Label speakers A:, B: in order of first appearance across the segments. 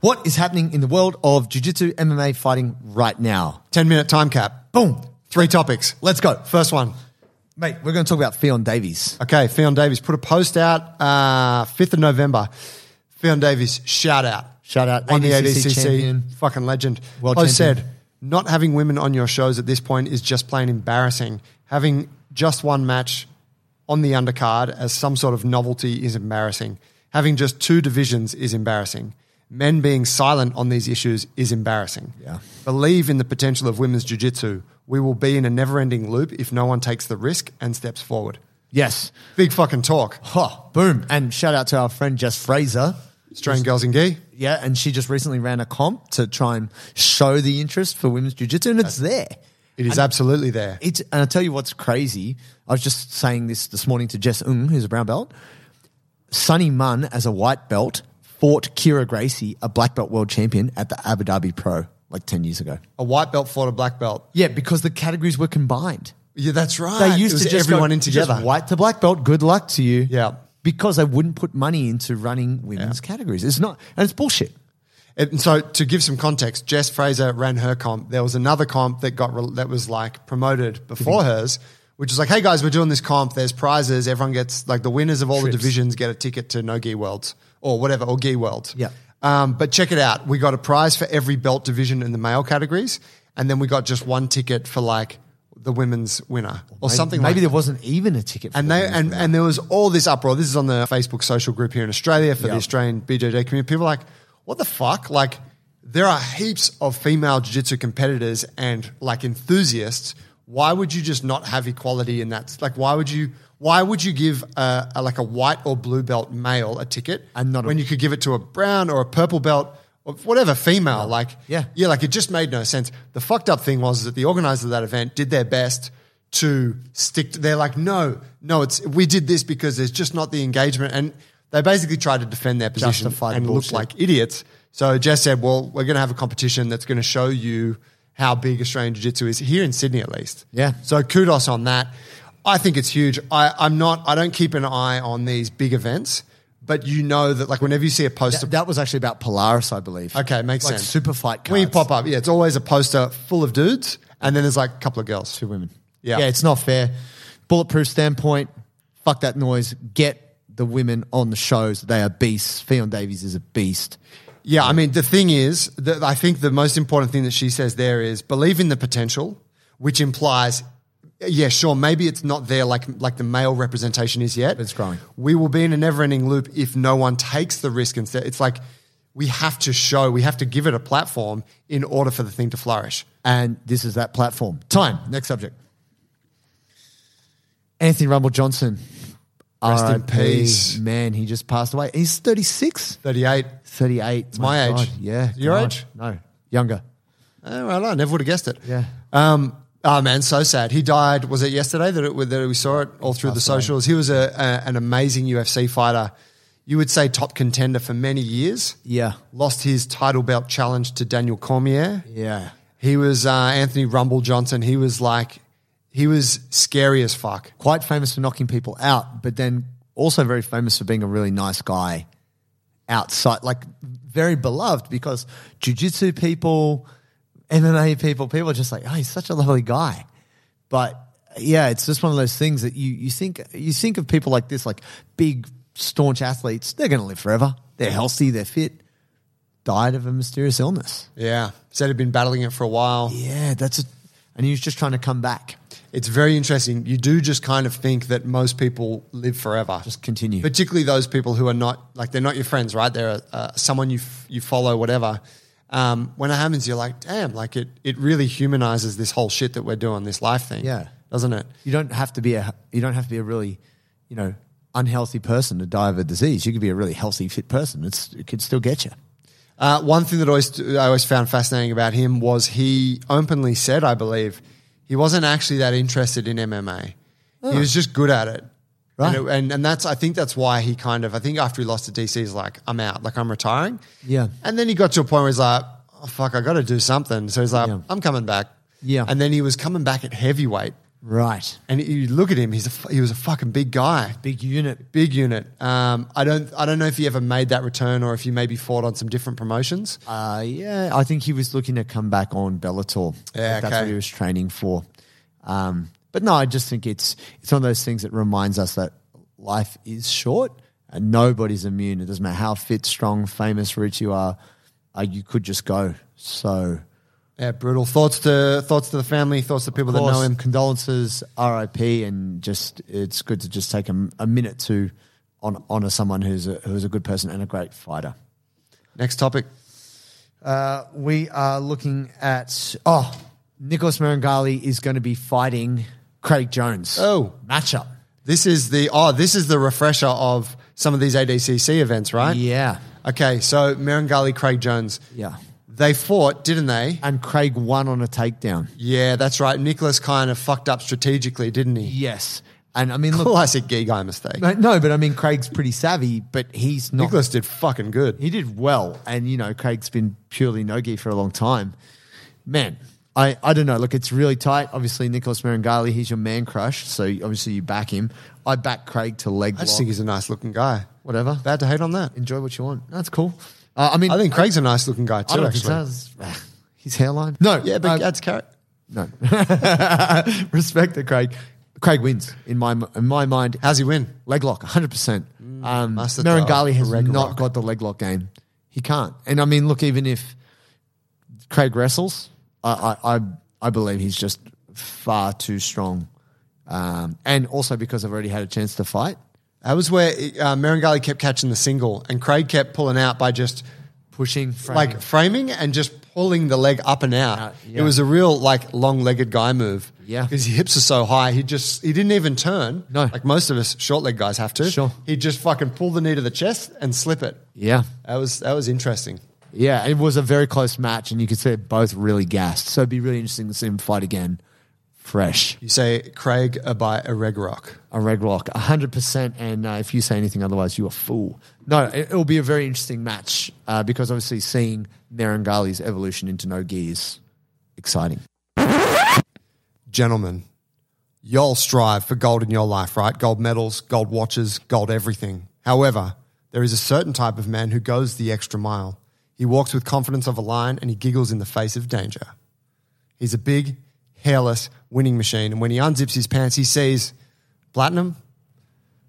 A: What is happening in the world of jiu-jitsu MMA fighting right now? 10 minute time cap. Boom. Three topics. Let's go. First one. Mate, we're going to talk about Fionn Davies. Okay, Fionn Davies put a post out uh, 5th of November. Fionn Davies, shout out.
B: Shout out.
A: On the
B: ADCC
A: ADCC.
B: champion.
A: Fucking legend.
B: World
A: I
B: champion.
A: said, not having women on your shows at this point is just plain embarrassing. Having just one match on the undercard as some sort of novelty is embarrassing. Having just two divisions is embarrassing. Men being silent on these issues is embarrassing.
B: Yeah.
A: Believe in the potential of women's jiu-jitsu. We will be in a never-ending loop if no one takes the risk and steps forward.
B: Yes.
A: Big fucking talk.
B: Huh. Boom. And shout out to our friend Jess Fraser.
A: Australian girls in gi.
B: Yeah, and she just recently ran a comp to try and show the interest for women's jiu-jitsu, and it's there.
A: It is absolutely there.
B: It's and I tell you what's crazy. I was just saying this this morning to Jess Ung, who's a brown belt. Sunny Munn, as a white belt, fought Kira Gracie, a black belt world champion, at the Abu Dhabi Pro like ten years ago.
A: A white belt fought a black belt.
B: Yeah, because the categories were combined.
A: Yeah, that's right.
B: They used
A: It was
B: to just
A: everyone
B: go,
A: in together.
B: just white to black belt. Good luck to you.
A: Yeah.
B: because they wouldn't put money into running women's categories. It's not, and it's bullshit.
A: And so, to give some context, Jess Fraser ran her comp. There was another comp that got re- that was like promoted before
B: Mm-hmm.
A: hers, which was like, "Hey guys, we're doing this comp. There's prizes. Everyone gets like the winners of all the divisions get a ticket to No Gi Worlds or whatever or Gi Worlds."
B: Yeah.
A: Um, but check it out. We got a prize for every belt division in the male categories, and then we got just one ticket for like the women's winner or
B: Maybe-
A: something.
B: Maybe
A: like
B: there wasn't even a ticket. For
A: and they
B: women's
A: and,
B: now.
A: and there was all this uproar. This is on the Facebook social group here in Australia for
B: Yeah.
A: the Australian BJJ community. People are like, what the fuck? Like, there are heaps of female jiu-jitsu competitors and like enthusiasts. Why would you just not have equality in that? Like, why would you? Why would you give a, a like a white or blue belt male a ticket
B: And not a-
A: when you could give it to a brown or a purple belt? Or whatever female, like
B: Yeah.
A: yeah, like it just made no sense. The fucked up thing was that the organizer of that event did their best to stick to, they're like, no, no, it's, we did this because there's just not the engagement. And they basically tried to defend their position
B: Justify the
A: and looked
B: bullshit.
A: like idiots. So Jess said, well, we're going to have a competition that's going to show you how big Australian Jiu Jitsu is here in Sydney, at least.
B: Yeah.
A: So kudos on that. I think it's huge. I, I'm not, I don't keep an eye on these big events, but you know that like whenever you see a post
B: Th- that was actually about Polaris, I believe.
A: Okay, makes
B: like
A: sense.
B: Super fight cards.
A: When you pop up, yeah, it's always a poster full of dudes, and then there's like a couple of girls.
B: two women.
A: Yeah.
B: yeah, it's not fair. Bulletproof standpoint. Fuck that noise. Get the women on the shows. They are beasts. Fionn Davies is a beast.
A: Yeah, I mean, the thing is, that I think the most important thing that she says there is believe in the potential, which implies, yeah, sure, maybe it's not there like like the male representation is yet.
B: It's growing.
A: We will be in a never ending loop if no one takes the risk instead. It's like we have to show, we have to give it a platform in order for the thing to flourish.
B: And this is that platform. Time. Next subject. Anthony Rumble Johnson.
A: Rest in
B: R.I.P..
A: peace.
B: Man, he just passed away. He's 36,
A: 38.
B: 38. It's
A: my age.
B: Yeah.
A: Your
B: God.
A: age?
B: No, younger.
A: Oh, well, I never would have guessed it.
B: Yeah.
A: Um, oh man, so sad. He died. Was it yesterday that, it, that we saw it all through the socials? He was a, a an amazing UFC fighter. You would say top contender for many years.
B: Yeah.
A: Lost his title belt challenge to Daniel Cormier.
B: Yeah.
A: He was uh, Anthony Rumble Johnson. He was like, he was scary as fuck.
B: quite famous for knocking people out, but then also very famous for being a really nice guy outside, like very beloved because jujitsu people, MMA people, people are just like, oh, he's such a lovely guy. But yeah, it's just one of those things that you, you think you think of people like this, like big staunch athletes, they're going to live forever. They're healthy, they're fit. Died of a mysterious illness.
A: Yeah. Said he'd been battling it for a while.
B: Yeah, that's a, and he was just trying to come back.
A: It's very interesting. You do just kind of think that most people live forever.
B: Just continue.
A: Particularly those people who are not like they're not your friends, right? They're uh, someone you f- you follow, whatever. Um, when it happens, you're like, damn, like it it really humanizes this whole shit that we're doing, this life thing,
B: Yeah.
A: doesn't it?
B: you don't have to be a you don't have to be a really you know unhealthy person to die of a disease. You could be a really healthy, fit person. It's, it could still get you.
A: Uh, one thing that always I always found fascinating about him was he openly said, I believe, he wasn't actually that interested in MMA. He was just good at it.
B: Right.
A: And, it- and and that's I think that's why he kind of I think after he lost to DC he's like I'm out like I'm retiring
B: Yeah.
A: and then he got to a point where he's like oh fuck I got to do something so he's like
B: Yeah.
A: I'm coming back
B: Yeah.
A: and then he was coming back at heavyweight
B: Right.
A: and you look at him he's a, fu- he was a fucking big guy
B: Big unit.
A: big unit um I don't I don't know if he ever made that return or if he maybe fought on some different promotions
B: Uh, yeah, I think he was looking to come back on Bellator.
A: Yeah,
B: Like, that's
A: okay.
B: what he was training for. Um, but no, I just think it's it's one of those things that reminds us that life is short and nobody's immune. It doesn't matter how fit, strong, famous, rich you are, uh, you could just go. So,
A: yeah brutal thoughts to thoughts to the family thoughts to people that know him
B: condolences, RIP, and just it's good to just take a, a minute to on, honor someone who's a, who's a good person and a great fighter.
A: next topic
B: we are looking at oh, Nicholas Merengali is going to be fighting Craig Jones.
A: Oh.
B: matchup.
A: this is the oh this is the refresher of some of these ADCC events right
B: Yeah,
A: Okay, so Merengali, Craig Jones.
B: yeah.
A: They fought, didn't they?
B: And Craig won on a takedown.
A: Yeah, that's right. Nicholas kind of fucked up strategically, didn't he?
B: Yes, and I mean, look,
A: Classic gee guy mistake.
B: no, no, but I mean, Craig's pretty savvy, but he's not.
A: Nicholas did fucking good.
B: he did well, and you know, Craig's been purely nogi for a long time. Man, I, I don't know. Look, it's really tight. Obviously, Nicholas Merengali, he's your man crush, so obviously you back him. I back Craig to leg
A: I
B: block.
A: just think he's a nice looking guy.
B: whatever.
A: Bad to hate on that.
B: enjoy what you want. That's cool. Uh, I mean,
A: I think Craig's a nice looking guy
B: I
A: too,
B: don't think
A: actually.
B: so. his hairline.
A: No, yeah, but
B: uh,
A: that's carrot.
B: no. Respect to Craig. Craig wins in my in my mind.
A: How's he win?
B: Leg lock, hundred percent. Um,
A: must have
B: Merengali
A: done.
B: has
A: Mm. Leg
B: not
A: lock.
B: got the leg lock game. He can't. And I mean, look, even if Craig wrestles, I I I, I believe he's just far too strong. Um, and also because I've already had a chance to fight.
A: That was where uh, Merengali kept catching the single, and Craig kept pulling out by just
B: Pushing,
A: like framing and just pulling the leg up and out.
B: Out, Uh, yeah.
A: It was a real like long-legged guy move.
B: Yeah.
A: because his hips are so high, he just he didn't even turn.
B: No.
A: like most of us short leg guys have to.
B: Sure.
A: he just fucking pull the knee to the chest and slip it.
B: yeah.
A: That was that was interesting.
B: Yeah, it was a very close match, and you could see it both really gassed. So it'd be really interesting to see him fight again, fresh.
A: You say Craig by a reg rock.
B: A reg lock, hundred percent. And uh, if you say anything otherwise, you're a fool. No, it, it'll be a very interesting match uh, because obviously seeing Merengali's evolution into no gi is exciting.
A: gentlemen, y'all strive for gold in your life, right? Gold medals, gold watches, gold everything. However, there is a certain type of man who goes the extra mile. He walks with confidence of a lion and he giggles in the face of danger. He's a big, hairless winning machine, and when he unzips his pants, he sees platinum.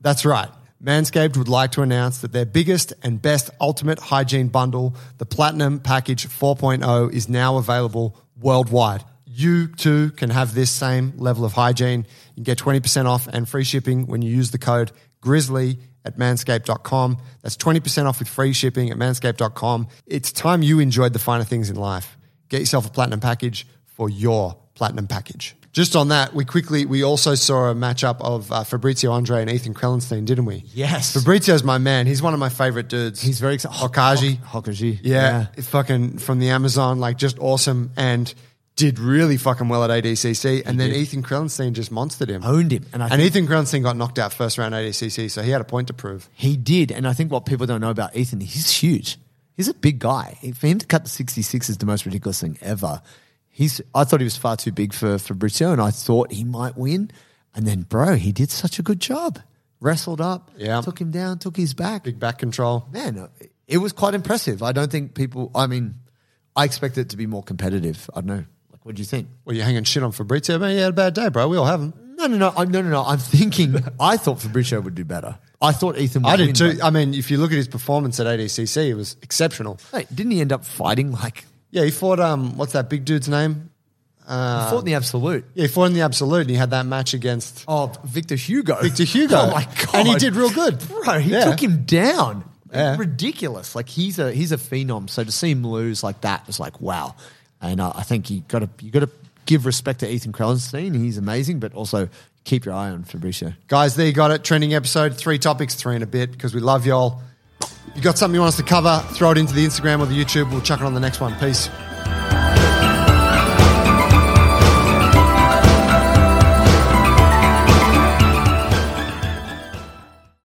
A: That's right. Manscaped would like to announce that their biggest and best ultimate hygiene bundle, the Platinum Package 4.0, is now available worldwide. You too can have this same level of hygiene. You can get 20% off and free shipping when you use the code GRIZZLY at manscaped.com. That's 20% off with free shipping at manscaped.com. It's time you enjoyed the finer things in life. Get yourself a Platinum Package for your platinum package. Just on that, we quickly we also saw a matchup of uh, Fabrizio Andre and Ethan Krellenstein, didn't we?
B: Yes.
A: Fabrizio's my man. He's one of my favorite dudes.
B: He's very excited.
A: Hokaji.
B: Hokaji.
A: Yeah, fucking from the Amazon, like just awesome and did really fucking well at ADCC. And then Ethan Krellenstein just monstered him,
B: Owned him. And
A: and,
B: Oh, I think-
A: Ethan Krellenstein got knocked out first round ADCC, so he had a point to prove.
B: He did, and I think what people don't know about Ethan, he's huge. He's a big guy. For him to cut the 66 is the most ridiculous thing ever. He's, I thought he was far too big for Fabrizio, and I thought he might win. And then, bro, he did such a good job. Wrestled up,
A: Yeah.
B: took him down, took his back.
A: Big back control.
B: Man, it was quite impressive. I don't think people, I mean, I expect it to be more competitive. I don't know. Like, what do you think?
A: Well, you hanging shit on Fabrizio, man. You had a bad day, bro. We all have them.
B: No, no, no, I'm, no, no, no. I'm thinking, I thought Fabrizio would do better. I thought Ethan would
A: I
B: win,
A: did too.
B: but-
A: I mean, if you look at his performance at ADCC, it was exceptional.
B: Mate, didn't he end up fighting like
A: Yeah, he fought. Um, what's that big dude's name? Um,
B: He fought in the absolute.
A: Yeah, he fought in the Absolute, and he had that match against
B: Oh, Victor Hugo.
A: Victor Hugo.
B: Oh my god!
A: and he did real good,
B: bro. He
A: Yeah.
B: took him down.
A: Yeah.
B: Ridiculous. Like he's a he's a phenom. So to see him lose like that was like wow. And uh, I think you got to you got to give respect to Ethan Krellenstein. He's amazing, but also keep your eye on Fabricio.
A: Guys, there you got it. Trending episode, three topics, three in a bit, because we love y'all. You got something you want us to cover? Throw it into the Instagram or the YouTube. We'll chuck it on the next one. Peace.